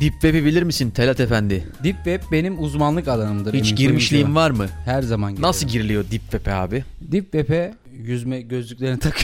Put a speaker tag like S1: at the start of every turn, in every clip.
S1: Deep Web'i bilir misin Telat Efendi?
S2: Deep Web benim uzmanlık alanımdır.
S1: Hiç
S2: Emin
S1: girmişliğin
S2: Soyuncu.
S1: var mı?
S2: Her zaman giriyorum.
S1: Nasıl giriliyor Deep Web'e abi?
S2: Deep Web'e yüzme gözlüklerini tak.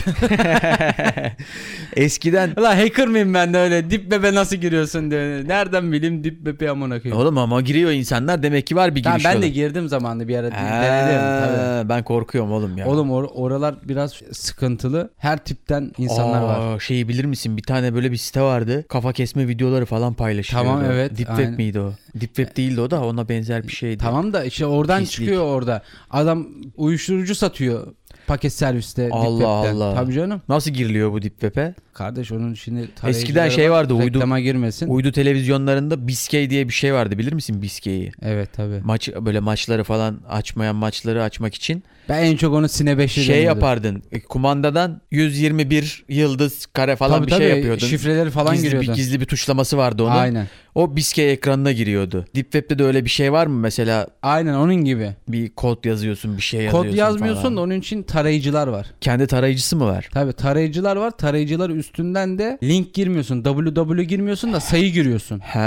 S1: Eskiden
S2: La hacker miyim ben de öyle? Deep Web'e nasıl giriyorsun diyor. Nereden bileyim Deep Web'e amına koyayım.
S1: oğlum ama giriyor insanlar demek ki var bir
S2: Tamam,
S1: giriş
S2: ben
S1: yolu.
S2: de girdim zamanında bir ara
S1: Ha,
S2: denedim tabii.
S1: Ben korkuyorum oğlum ya.
S2: Oğlum or- oralar biraz sıkıntılı. Her tipten insanlar
S1: Aa,
S2: var.
S1: Şeyi bilir misin? Bir tane böyle bir site vardı. Kafa kesme videoları falan paylaşıyordu.
S2: Tamam, evet,
S1: Deep
S2: aynen. E,
S1: Web miydi o? Deep Web değildi o da ona benzer bir şeydi.
S2: Tamam da işte oradan
S1: Pislik.
S2: çıkıyor orada. Adam uyuşturucu satıyor paket serviste. Deep
S1: Allah
S2: Web'ten.
S1: Allah.
S2: Tabii canım.
S1: Nasıl giriliyor bu Deep Web'e?
S2: Kardeş onun şimdi
S1: Eskiden şey
S2: tarayıcılara
S1: vardı,
S2: bak,
S1: uydu-
S2: Reklama girmesin.
S1: Uydu televizyonlarında Biskey diye bir şey vardı. Bilir misin Biskey'i?
S2: evet tabii.
S1: Maç böyle maçları falan açmayan maçları açmak için
S2: Ben en çok onu Sine 5'e
S1: şey yapardın. e, Kumandadan 121 yıldız kare falan
S2: tabii,
S1: bir şey
S2: tabii,
S1: yapıyordun.
S2: Şifreleri falan
S1: gizli
S2: giriyordun.
S1: bir gizli bir tuşlaması vardı onun.
S2: Aynen.
S1: O Biskey ekranına giriyordu. Deep Web'de de öyle bir şey var mı? Mesela
S2: Aynen onun gibi.
S1: bir kod yazıyorsun, bir şey
S2: Kod
S1: yazıyorsun.
S2: yazmıyorsun
S1: falan.
S2: da onun için tarayıcılar var.
S1: Kendi tarayıcısı mı var?
S2: Tabii tarayıcılar var. Tarayıcılar üstünden de link girmiyorsun. www girmiyorsun da sayı giriyorsun.
S1: He.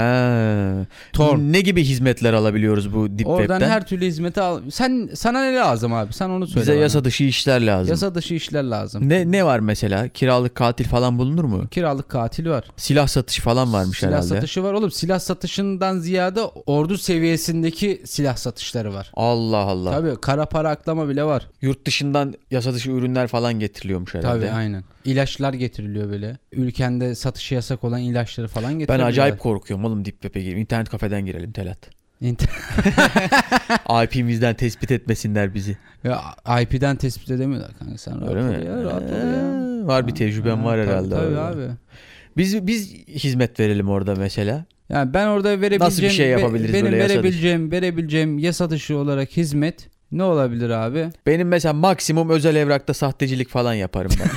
S2: Tor.
S1: Ne gibi hizmetler alabiliyoruz bu Deep
S2: Oradan
S1: Web'den?
S2: her türlü hizmeti al. Sen sana ne lazım abi? Sen onu söyle.
S1: Bize
S2: bana.
S1: yasa dışı işler lazım.
S2: Yasa dışı işler lazım.
S1: Ne ne var mesela? Kiralık katil falan bulunur mu?
S2: Kiralık katil var.
S1: Silah satışı falan varmış
S2: silah
S1: şey herhalde.
S2: satışı var oğlum. Silah satışından ziyade ordu seviyesindeki silah satışları var.
S1: Allah Allah.
S2: Tabii kara para aklama bile var.
S1: Yurt dışından yasa dışı ürünler falan getiriliyormuş herhalde.
S2: Tabii aynen. İlaçlar getiriliyor böyle. Ülkende satışı yasak olan ilaçları falan
S1: Ben
S2: getiriliyor.
S1: acayip korkuyorum oğlum Deep Web'e girelim. İnternet kafeden girelim Telat. IP'mizden tespit etmesinler bizi.
S2: IP'den tespit edemiyorlar kanka sen rahat
S1: Öyle
S2: ol
S1: mi?
S2: ya rahat ol ya.
S1: Ee, Var bir tecrübem
S2: Ha,
S1: var
S2: tabii,
S1: herhalde.
S2: Tabii,
S1: orada.
S2: abi.
S1: Biz biz hizmet verelim orada mesela.
S2: Yani ben orada verebileceğim
S1: Nasıl bir şey
S2: be-
S1: yapabiliriz
S2: benim
S1: böyle yasa dışı?
S2: verebileceğim verebileceğim ya satışı olarak hizmet ne olabilir abi?
S1: Benim mesela maksimum özel evrakta sahtecilik falan yaparım ben.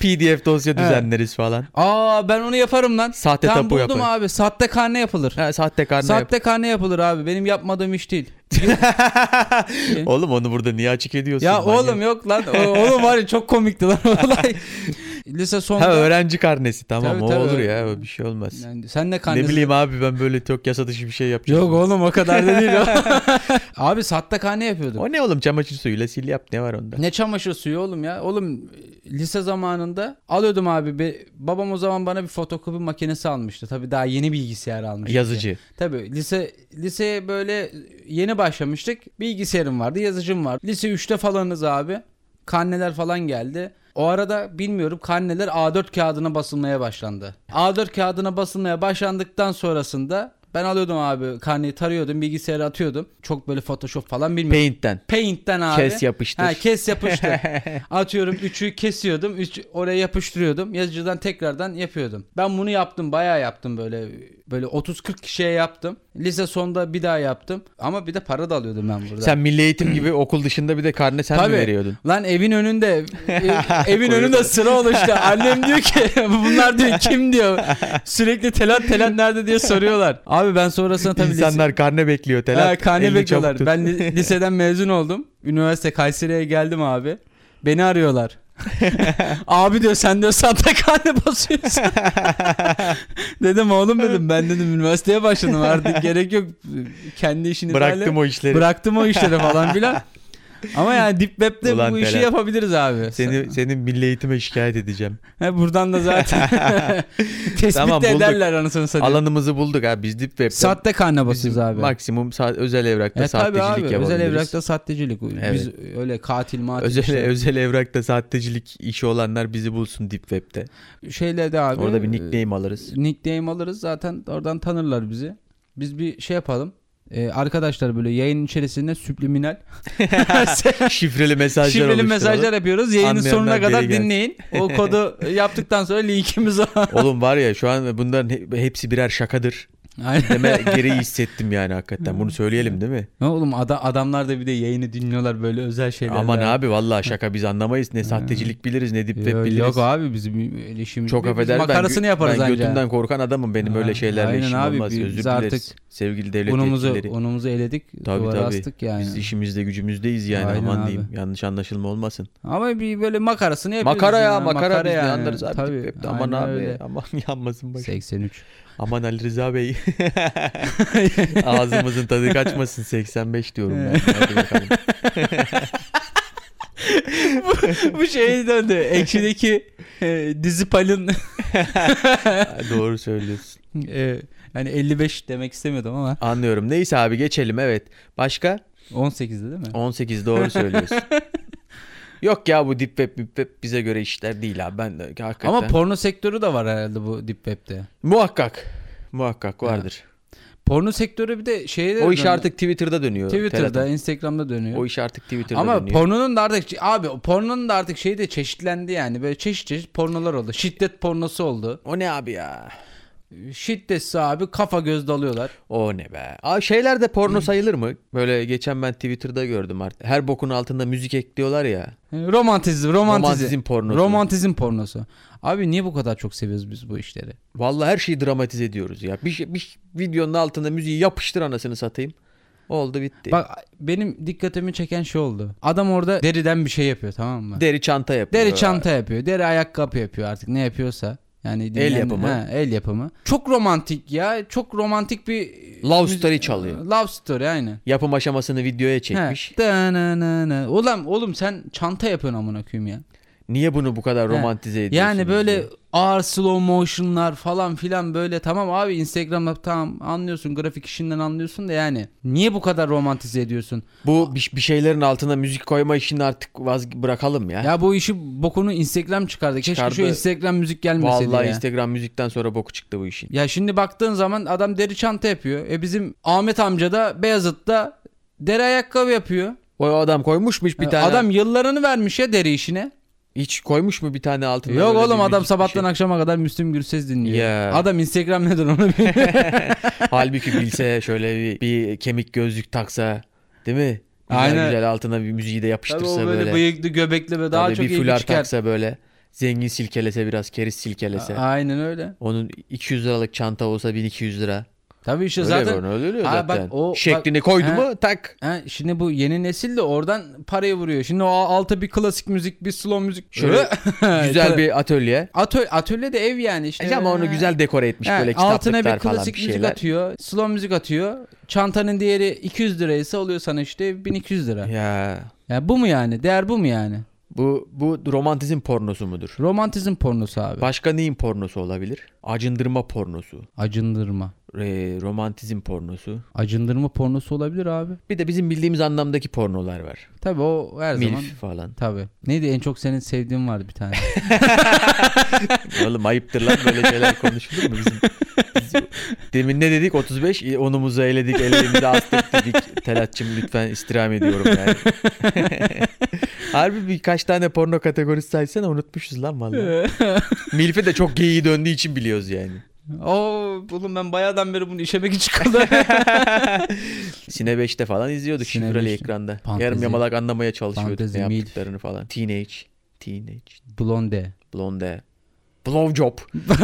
S1: PDF dosya düzenleriz falan.
S2: Aa ben onu yaparım lan.
S1: Sahte
S2: ben
S1: tapu
S2: buldum
S1: yaparım.
S2: abi. Sahte karne yapılır.
S1: Ha, sahte karne yap-
S2: Sahte karne yapılır abi. Benim yapmadığım iş değil.
S1: oğlum onu burada niye açık ediyorsun?
S2: Ya
S1: manyak?
S2: oğlum yok lan. O- oğlum var ya çok komikti lan o olay. Lise sonunda.
S1: Ha öğrenci karnesi tamam
S2: Tabii,
S1: o
S2: tabii.
S1: olur ya o bir şey olmaz.
S2: Yani sen ne
S1: ne
S2: karnesi?
S1: bileyim abi ben böyle çok yasa dışı bir şey yapacağım.
S2: Yok oğlum o kadar da değil. o. abi satta karne yapıyorduk.
S1: O ne oğlum çamaşır suyuyla sil yap ne var onda?
S2: Ne çamaşır suyu oğlum ya. Oğlum lise zamanında alıyordum abi. Be- babam o zaman bana bir fotokopi makinesi almıştı. Tabii daha yeni bilgisayar almıştı.
S1: Yazıcı.
S2: Tabii lise liseye böyle yeni başlamıştık. Bilgisayarım vardı, yazıcım vardı. Lise 3'te falanız abi. Karneler falan geldi. O arada bilmiyorum karneler A4 kağıdına basılmaya başlandı. A4 kağıdına basılmaya başlandıktan sonrasında ben alıyordum abi karneyi tarıyordum bilgisayara atıyordum. Çok böyle Photoshop falan bilmiyorum.
S1: Paint'ten.
S2: Paint'ten abi.
S1: Kes yapıştır.
S2: Ha, kes yapıştır. Atıyorum 3'ü kesiyordum. 3 oraya yapıştırıyordum. Yazıcıdan tekrardan yapıyordum. Ben bunu yaptım. Bayağı yaptım böyle. Böyle 30-40 kişiye yaptım. Lise sonda bir daha yaptım. Ama bir de para da alıyordum ben burada.
S1: Sen milli eğitim gibi okul dışında bir de karne sen
S2: Tabii.
S1: mi veriyordun?
S2: Lan evin önünde ev- evin önünde sıra oluştu. Annem diyor ki bunlar diyor kim diyor. Sürekli telat telat nerede diye soruyorlar. Abi ben sonrasında tabii lise-
S1: İnsanlar karne bekliyor Telat.
S2: Ha, karne
S1: Elini
S2: bekliyorlar.
S1: çabuk tut.
S2: Ben li- liseden mezun oldum. Üniversite Kayseri'ye geldim abi. Beni arıyorlar. abi diyor sen diyor sahte karne basıyorsun. dedim oğlum dedim ben dedim üniversiteye başladım artık gerek yok. Kendi işini
S1: Bıraktım
S2: hallet.
S1: o işleri.
S2: Bıraktım o işleri falan filan. Ama yani Deep Web'de
S1: Ulan
S2: bu işi
S1: Telen.
S2: yapabiliriz abi.
S1: Seni senin milli eğitime şikayet edeceğim.
S2: Ha, buradan da zaten tespit
S1: Tamam,
S2: de
S1: bulduk.
S2: ederler anasını satayım.
S1: Alanımızı bulduk abi biz Deep Web'den.
S2: Sahte karne
S1: Biz
S2: basıyoruz abi.
S1: Maksimum sa- özel evrakta
S2: E tabii
S1: sahtecilik
S2: abi
S1: yapabiliriz.
S2: özel evrakta sahtecilik. Biz
S1: Evet.
S2: öyle katil matil
S1: özel,
S2: işte.
S1: özel evrakta sahtecilik işi olanlar bizi bulsun Deep Web'te.
S2: şeyle de abi.
S1: Orada bir nickname alırız.
S2: e, nickname alırız zaten oradan tanırlar bizi. Biz bir şey yapalım. E, arkadaşlar böyle yayın içerisinde sübliminal
S1: Şifreli mesajlar
S2: şifreli
S1: oluşturalım.
S2: mesajlar yapıyoruz. Yayının
S1: Anlayanlar
S2: sonuna
S1: geri
S2: kadar
S1: gelsin.
S2: dinleyin. O kodu yaptıktan sonra linkimiz var.
S1: Oğlum var ya şu an bunların he- hepsi birer şakadır.
S2: Aynen.
S1: deme gereği hissettim yani hakikaten. Bunu söyleyelim değil mi?
S2: Ne oğlum ada- adamlar da bir de yayını dinliyorlar böyle özel şeyler.
S1: Aman abi vallahi şaka biz anlamayız. Ne sahtecilik biliriz ne dip web
S2: Yok,
S1: biliriz.
S2: yok abi bizim ilişkimiz.
S1: Çok
S2: biz
S1: affedersin ben,
S2: Makarasını
S1: gö-
S2: yaparız
S1: ben
S2: anca.
S1: götümden korkan adamım benim öyle
S2: Ha,
S1: şeylerle
S2: aynen
S1: işim
S2: abi,
S1: olmaz.
S2: biz-
S1: Özür
S2: biz
S1: dileriz.
S2: artık
S1: Sevgili devlet
S2: Unumuzu,
S1: yetkilileri.
S2: unumuzu eledik.
S1: Tabii
S2: duvara
S1: tabii.
S2: astık yani.
S1: Biz işimizde gücümüzdeyiz yani
S2: Aynen
S1: aman
S2: abi.
S1: diyeyim. Yanlış anlaşılma olmasın.
S2: Ama bir böyle makarasını yapıyoruz.
S1: Makara ya
S2: yani,
S1: makara, biz ne
S2: yani.
S1: anlarız abi.
S2: Tabii,
S1: Dip web'de. Aman
S2: aynen
S1: abi
S2: öyle.
S1: aman yanmasın başı.
S2: 83.
S1: Aman Ali Rıza Bey. Ağzımızın tadı kaçmasın 85 diyorum ben. Hadi bakalım.
S2: Bu
S1: şey
S2: şeye döndü. Ekşideki e, dizi palin.
S1: Doğru söylüyorsun.
S2: e, yani 55 demek istemiyordum ama
S1: Anlıyorum. Neyse abi geçelim evet. Başka?
S2: 18'de değil mi?
S1: 18 doğru söylüyorsun. Yok ya bu dip web, mip web bize göre işler değil abi. Ben de hakikaten.
S2: Ama porno sektörü de var herhalde bu Deep Web'de.
S1: muhakkak. Muhakkak vardır.
S2: Porno sektörü bir de şeyde
S1: O iş
S2: dönüyor.
S1: artık Twitter'da dönüyor.
S2: Twitter'da,
S1: Telada.
S2: Instagram'da dönüyor.
S1: O iş artık Twitter'da
S2: Ama
S1: dönüyor.
S2: pornonun da artık abi o pornonun da artık şeyi de çeşitlendi yani. Böyle çeşit çeşit pornolar oldu. Şiddet pornosu oldu.
S1: O ne abi ya?
S2: Şiddetsiz abi kafa göz dalıyorlar.
S1: O ne be? Abi şeyler de porno sayılır mı? Böyle geçen ben Twitter'da gördüm artık. Her bokun altında müzik ekliyorlar ya.
S2: Romantizm, romantizm.
S1: Romantizm pornosu.
S2: Romantizm pornosu. Abi niye bu kadar çok seviyoruz biz bu işleri?
S1: Vallahi her şeyi dramatize ediyoruz ya. Bir, şey- bir videonun altında müziği yapıştır anasını satayım. Oldu bitti.
S2: Bak benim dikkatimi çeken şey oldu. Adam orada deriden bir şey yapıyor tamam mı?
S1: Deri çanta yapıyor.
S2: deri çanta yapıyor, deri ayakkabı yapıyor artık ne yapıyorsa. Yani dinlen-
S1: yapımı.
S2: Ha, el yapımı. Çok romantik ya. Çok romantik bir
S1: Love story çalıyor.
S2: Love story aynen.
S1: Yapım aşamasını videoya çekmiş.
S2: He. Da-na-na-na. Ulan oğlum sen çanta yapıyorsun amına koyayım ya.
S1: Niye bunu bu kadar romantize ediyorsun?
S2: Yani böyle
S1: diye.
S2: ağır slow motion'lar falan filan böyle tamam abi Instagram'da tamam anlıyorsun grafik işinden anlıyorsun da yani niye bu kadar romantize ediyorsun?
S1: Bu bir, bir şeylerin altına müzik koyma işini artık vaz bırakalım ya.
S2: Ya bu işi bokunu Instagram çıkardı. Keşke
S1: Eh. Çıkardı.
S2: şu Instagram müzik gelmeseydi
S1: Vallahi
S2: ya.
S1: Instagram müzikten sonra boku çıktı bu işin.
S2: Ya şimdi baktığın zaman adam deri çanta yapıyor. E bizim Ahmet amca da Beyazıt'ta deri ayakkabı yapıyor.
S1: O adam koymuş bir
S2: Ya
S1: tane?
S2: Adam yıllarını vermiş ya deri işine.
S1: Hiç koymuş mu bir tane altına?
S2: Yok
S1: böyle bir
S2: oğlum adam
S1: müzik, bir
S2: sabahtan
S1: şey?
S2: akşama kadar Müslüm Gürses dinliyor.
S1: Ya. şey
S2: Adam Instagram nedir onu bilmiyor.
S1: Halbuki bilse şöyle bir, bir kemik gözlük taksa değil mi? Güzel
S2: Aynen.
S1: güzel altına bir müziği de
S2: Tabii
S1: yapıştırsa
S2: o böyle,
S1: böyle.
S2: bıyıklı göbekli ve daha
S1: Tabii
S2: çok
S1: bir
S2: ilgi
S1: fular
S2: çıkar.
S1: taksa böyle. Zengin silkelese biraz, keriz silkelese.
S2: Aynen öyle.
S1: Onun 200 liralık çanta olsa 1200 lira.
S2: Tabii işte
S1: Öyle
S2: zaten
S1: zaten, öyle oluyor
S2: Ha, bak
S1: zaten.
S2: o- bak-
S1: Şeklini koydu
S2: He.
S1: mu tak.
S2: Ha, şimdi bu yeni nesil de oradan parayı vuruyor. Şimdi o alta bir klasik müzik, bir slow müzik.
S1: Şöyle Güzel bir atölye.
S2: atölye, atölye de ev yani işte.
S1: E, ama onu güzel dekore etmiş
S2: Ha,
S1: böyle
S2: altına bir
S1: kitaplıklar falan
S2: klasik
S1: bir
S2: müzik
S1: şeyler.
S2: atıyor, slow müzik atıyor. Çantanın değeri 200 liraysa oluyor sana işte 1200 lira. Ya
S1: Ya
S2: bu mu yani? Değer bu mu yani?
S1: bu bu romantizm pornosu mudur?
S2: Romantizm pornosu abi.
S1: Başka neyin pornosu olabilir? Acındırma pornosu,
S2: Acındırma.
S1: e, romantizm pornosu.
S2: Acındırma pornosu olabilir abi.
S1: Bir de bizim bildiğimiz anlamdaki pornolar var.
S2: Tabii o her
S1: Milf
S2: zaman.
S1: falan.
S2: Tabii. Neydi en çok senin sevdiğin vardı bir tane.
S1: Oğlum ayıptır lan böyle şeyler konuşulur mu bizim? biz- demin ne dedik? 35 e, onumuzu eledik, ellerimizi astık dedik. Telatçım lütfen istirham ediyorum yani. Harbi birkaç tane porno kategorisi saysana unutmuşuz lan vallahi. Milf'e de çok geyiği döndüğü için biliyoruz yani.
S2: Oo, oğlum ben bayağıdan beri bunu işemek için kaldım.
S1: Sine 5'te falan izliyorduk
S2: Sine
S1: şifreli
S2: 5'te.
S1: ekranda.
S2: Fantezi.
S1: Yarım yamalak anlamaya çalışıyorduk
S2: Fantezi,
S1: ne
S2: milf.
S1: yaptıklarını falan. Teenage, teenage,
S2: Blonde.
S1: blonde, blowjob.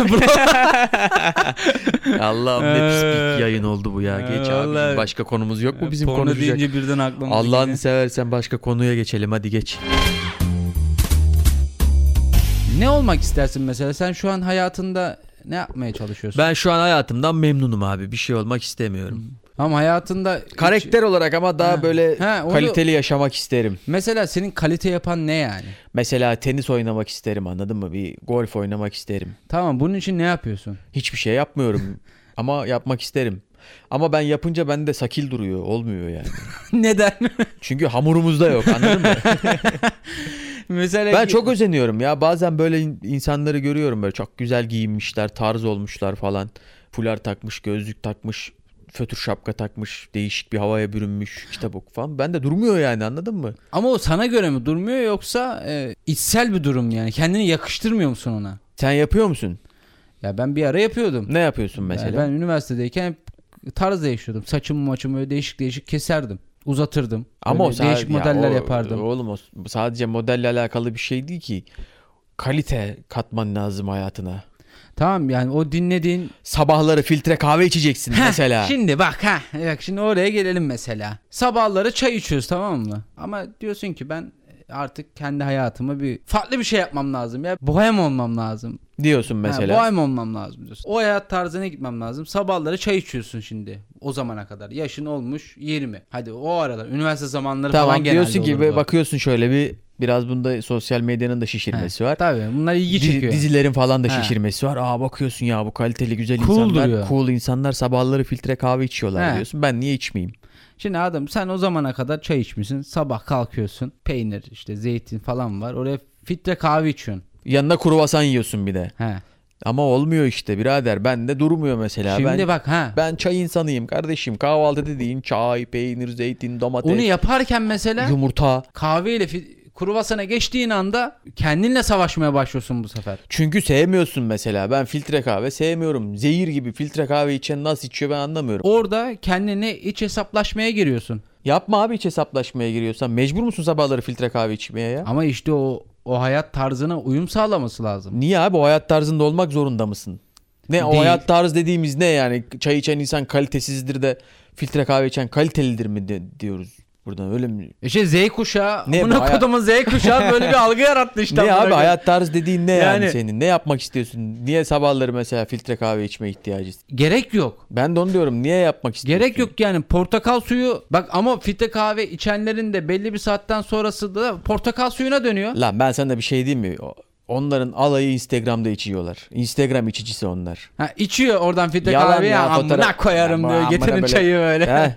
S1: Allah'ım ne pis bir yayın oldu bu ya. Geç
S2: Ee,
S1: abi.
S2: vallahi-
S1: Başka konumuz yok mu bizim
S2: Ee, Porno
S1: konuşacak?
S2: deyince birden aklıma
S1: Allah'ını
S2: geldi.
S1: seversen başka konuya geçelim hadi geç.
S2: Ne olmak istersin mesela? Sen şu an hayatında ne yapmaya çalışıyorsun?
S1: Ben şu an hayatımdan memnunum abi. Bir şey olmak istemiyorum.
S2: Ama hayatında hiç-
S1: Karakter olarak ama daha
S2: Hmm, Ha.
S1: böyle
S2: Ha, onu-
S1: kaliteli yaşamak isterim.
S2: mesela senin kalite yapan ne yani?
S1: Mesela tenis oynamak isterim anladın mı? Bir golf oynamak isterim.
S2: Tamam bunun için ne yapıyorsun?
S1: Hiçbir şey yapmıyorum ama yapmak isterim. Ama ben yapınca bende sakil duruyor. Olmuyor yani.
S2: Neden?
S1: Çünkü hamurumuzda yok anladın mı?
S2: mesela
S1: Ben çok özeniyorum ya. Bazen böyle in- insanları görüyorum böyle çok güzel giyinmişler, tarz olmuşlar falan. Fular takmış, gözlük takmış, fötür şapka takmış, değişik bir havaya bürünmüş, kitap oku falan. Ben de durmuyor yani anladın mı?
S2: Ama o sana göre mi durmuyor yoksa e, içsel bir durum yani? Kendini yakıştırmıyor musun ona?
S1: Sen yapıyor musun?
S2: Ya ben bir ara yapıyordum.
S1: Ne yapıyorsun mesela?
S2: Yani ben üniversitedeyken hep tarz değiştiriyordum. Saçımı maçımı öyle değişik değişik keserdim. Uzatırdım.
S1: Ama o
S2: Böyle
S1: sadece,
S2: değişik modeller yapardım.
S1: Oğlum o sadece modelle alakalı bir şey değil ki. Kalite katman lazım hayatına.
S2: Tamam yani o dinlediğin
S1: Sabahları filtre kahve içeceksin
S2: Heh,
S1: mesela.
S2: Şimdi bak ha bak şimdi oraya gelelim mesela. Sabahları çay içiyoruz tamam mı? Ama diyorsun ki ben artık kendi hayatıma bir farklı bir şey yapmam lazım ya. Bohem olmam lazım.
S1: Diyorsun
S2: Ha,
S1: mesela.
S2: bohem olmam lazım diyorsun. O hayat tarzına gitmem lazım. Sabahları çay içiyorsun şimdi. O zamana kadar. Yaşın olmuş 20. Hadi o aralar. Üniversite zamanları falan
S1: tamam
S2: genelde
S1: diyorsun ki
S2: olur
S1: ve
S2: bu.
S1: bakıyorsun şöyle bir biraz bunda sosyal medyanın da şişirmesi var.
S2: Tabii bunlar ilgi
S1: Dizi-
S2: çekiyor.
S1: dizilerin falan da
S2: He.
S1: şişirmesi var. Aa bakıyorsun ya bu kaliteli güzel
S2: Cool
S1: insanlar,
S2: duruyor.
S1: cool insanlar sabahları filtre kahve içiyorlar
S2: He.
S1: diyorsun. Ben niye içmeyeyim?
S2: Şimdi adam sen o zamana kadar çay içmişsin. Sabah kalkıyorsun. Peynir işte zeytin falan var. Oraya filtre kahve içiyorsun.
S1: Yanına kruvasan yiyorsun bir de.
S2: He.
S1: Ama olmuyor işte birader. Ben de durmuyor mesela.
S2: Şimdi
S1: ben,
S2: bak ha.
S1: ben çay insanıyım kardeşim. Kahvaltı dediğin çay, peynir, zeytin, domates,
S2: Onu yaparken mesela
S1: yumurta.
S2: kahveyle fi- kruvasana geçtiğin anda kendinle savaşmaya başlıyorsun bu sefer.
S1: Çünkü sevmiyorsun mesela. Ben filtre kahve sevmiyorum. Zehir gibi filtre kahve içen nasıl içiyor ben anlamıyorum.
S2: Orada kendine iç hesaplaşmaya giriyorsun.
S1: Yapma abi hiç hesaplaşmaya giriyorsan. Mecbur musun sabahları filtre kahve içmeye ya?
S2: Ama işte o o hayat tarzına uyum sağlaması lazım.
S1: Niye abi o hayat tarzında olmak zorunda mısın? Ne o
S2: Değil.
S1: hayat tarzı dediğimiz ne yani? Çay içen insan kalitesizdir de filtre kahve içen kalitelidir mi de- diyoruz buradan öyle mi?
S2: İşte Z kuşağı,
S1: Ne bu
S2: amına
S1: hayat-
S2: kodumun Z kuşağı böyle bir algı yarattı işte.
S1: ne
S2: amına
S1: abi
S2: koyayım.
S1: hayat tarzı dediğin ne yani,
S2: Yani-
S1: senin? Ne yapmak istiyorsun? Niye sabahları mesela filtre kahve içmeye ihtiyacı? hissediyorsun?
S2: Gerek yok.
S1: Ben de onu diyorum. Niye yapmak istiyorsun?
S2: Gerek yok yani portakal suyu bak ama filtre kahve içenlerin de belli bir saatten sonrası da portakal suyuna dönüyor.
S1: Lan ben sana bir şey diyeyim mi? O- Onların alayı Instagram'da içiyorlar. Instagram içicisi onlar.
S2: Ha, içiyor oradan filtre
S1: Yalan
S2: kahve
S1: ya,
S2: ya, amına
S1: fotoğraf-
S2: koyarım
S1: Aman,
S2: diyor
S1: amına
S2: getirin
S1: böyle-
S2: çayı böyle.
S1: Heh.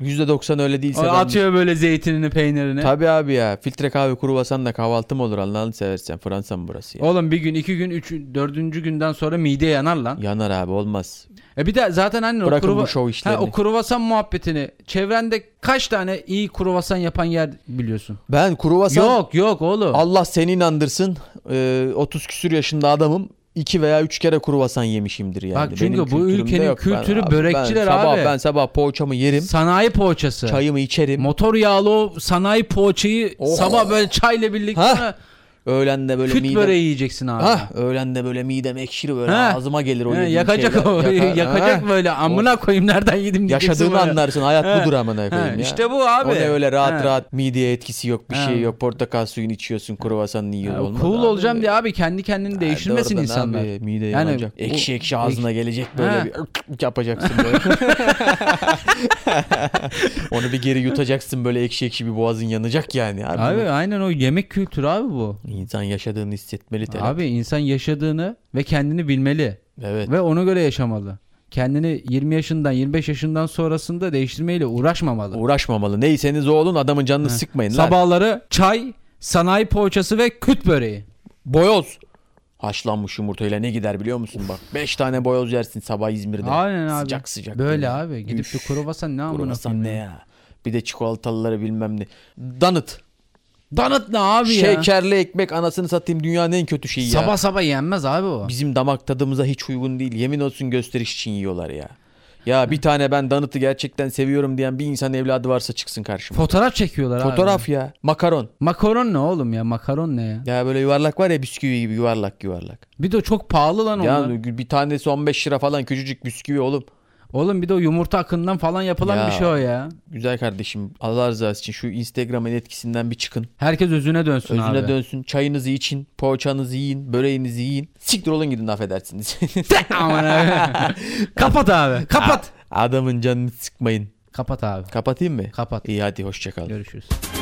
S1: %90 öyle değilse.
S2: O
S1: ben-
S2: atıyor böyle zeytinini peynirini.
S1: Tabii abi ya. Filtre kahve kruvasanla kahvaltı mı olur Allah'ını seversen. Fransa mı burası ya?
S2: Oğlum bir gün, iki gün, üç, dördüncü günden sonra mide yanar lan.
S1: Yanar abi olmaz.
S2: E bir de zaten anne o,
S1: Bırakın
S2: kruva...
S1: bu şov işlerini.
S2: Ha, o kruvasan muhabbetini. Çevrende kaç tane iyi kruvasan yapan yer biliyorsun?
S1: Ben kruvasan
S2: Yok yok oğlum.
S1: Allah seni inandırsın. Ee, 30 küsür yaşında adamım. 2 veya 3 kere kruvasan yemişimdir yani.
S2: Bak çünkü bu
S1: kültürümde
S2: ülkenin
S1: yok.
S2: kültürü
S1: abi-
S2: börekçiler
S1: ben sabah,
S2: abi.
S1: Ben sabah poğaçamı yerim.
S2: Sanayi poğaçası.
S1: Çayımı içerim.
S2: E, Motor yağlı o sanayi poğaçayı
S1: Oh.
S2: sabah böyle çayla birlikte
S1: Hah. Öğlen de böyle
S2: küt
S1: midem...
S2: böreği yiyeceksin abi.
S1: Hah, öğlen de böyle midem ekşir böyle
S2: Ha.
S1: ağzıma gelir o
S2: He,
S1: yediğim
S2: yakacak
S1: şeyler.
S2: o,
S1: Yakar.
S2: yakacak
S1: Ha.
S2: böyle amına koyayım nereden yedim diyeceksin
S1: Yaşadığını
S2: böyle.
S1: anlarsın hayat budur amına
S2: He,
S1: koyayım ya.
S2: İşte bu abi.
S1: O ne öyle rahat
S2: He.
S1: rahat mideye etkisi yok bir
S2: Ha.
S1: şey yok portakal suyunu içiyorsun kruvasanını yiyor
S2: Ya,
S1: olmaz.
S2: cool
S1: abi.
S2: olacağım diye abi kendi kendini
S1: Ha,
S2: değiştirmesin
S1: doğrudan
S2: insanlar.
S1: Abi, mide
S2: Yani
S1: yanacak.
S2: bu-
S1: Ekşi ekşi ağzına gelecek böyle
S2: Ha.
S1: bir ırk yapacaksın böyle. Onu bir geri yutacaksın böyle ekşi ekşi bir boğazın yanacak yani. Abi,
S2: Abi aynen o yemek kültürü abi bu.
S1: İnsan yaşadığını hissetmeli. Tabii.
S2: Abi insan yaşadığını ve kendini bilmeli
S1: Evet.
S2: ve ona göre yaşamalı. Kendini 20 yaşından 25 yaşından sonrasında değiştirmeyle uğraşmamalı.
S1: Uğraşmamalı. Neyseniz olun adamın canını sıkmayın lan.
S2: Sabahları çay, sanayi poğaçası ve küt böreği.
S1: Boyoz. Haşlanmış yumurtayla ne gider biliyor musun bak. 5 tane boyoz yersin sabah İzmir'de.
S2: Aynen abi.
S1: Sıcak sıcak.
S2: Böyle
S1: böyle.
S2: abi gidip
S1: Üf.
S2: bir kruvasan ne amına
S1: Kruvasan ne
S2: koyayım.
S1: ya? Bir de çikolatalıları bilmem ne. Donut.
S2: Donut ne abi ya?
S1: Şekerli ekmek anasını satayım dünyanın en kötü şeyi ya.
S2: Sabah sabah yenmez abi o.
S1: Bizim damak tadımıza hiç uygun değil. Yemin olsun gösteriş için yiyorlar ya. Ya bir tane ben Donut'u gerçekten seviyorum diyen bir insan evladı varsa çıksın karşıma.
S2: Fotoğraf çekiyorlar abi.
S1: Fotoğraf ya. Makaron.
S2: Makaron ne oğlum ya? Makaron ne ya?
S1: Ya böyle yuvarlak var ya bisküvi gibi yuvarlak yuvarlak.
S2: Bir de çok pahalı lan onlar.
S1: Ya bir tanesi 15 lira falan küçücük bisküvi oğlum.
S2: Oğlum bir de o yumurta akından falan yapılan
S1: Ya.
S2: bir şey o ya.
S1: Güzel kardeşim Allah rızası için şu Instagram'ın etkisinden bir çıkın.
S2: Herkes özüne dönsün
S1: Özüne
S2: abi.
S1: dönsün. Çayınızı için, poğaçanızı yiyin, böreğinizi yiyin. Siktir olun gidin affedersiniz.
S2: Aman abi. Kapat abi. Kapat.
S1: Adamın canını sıkmayın.
S2: Kapat abi.
S1: Kapatayım mı?
S2: Kapat.
S1: İyi hadi hoşçakalın.
S2: Görüşürüz.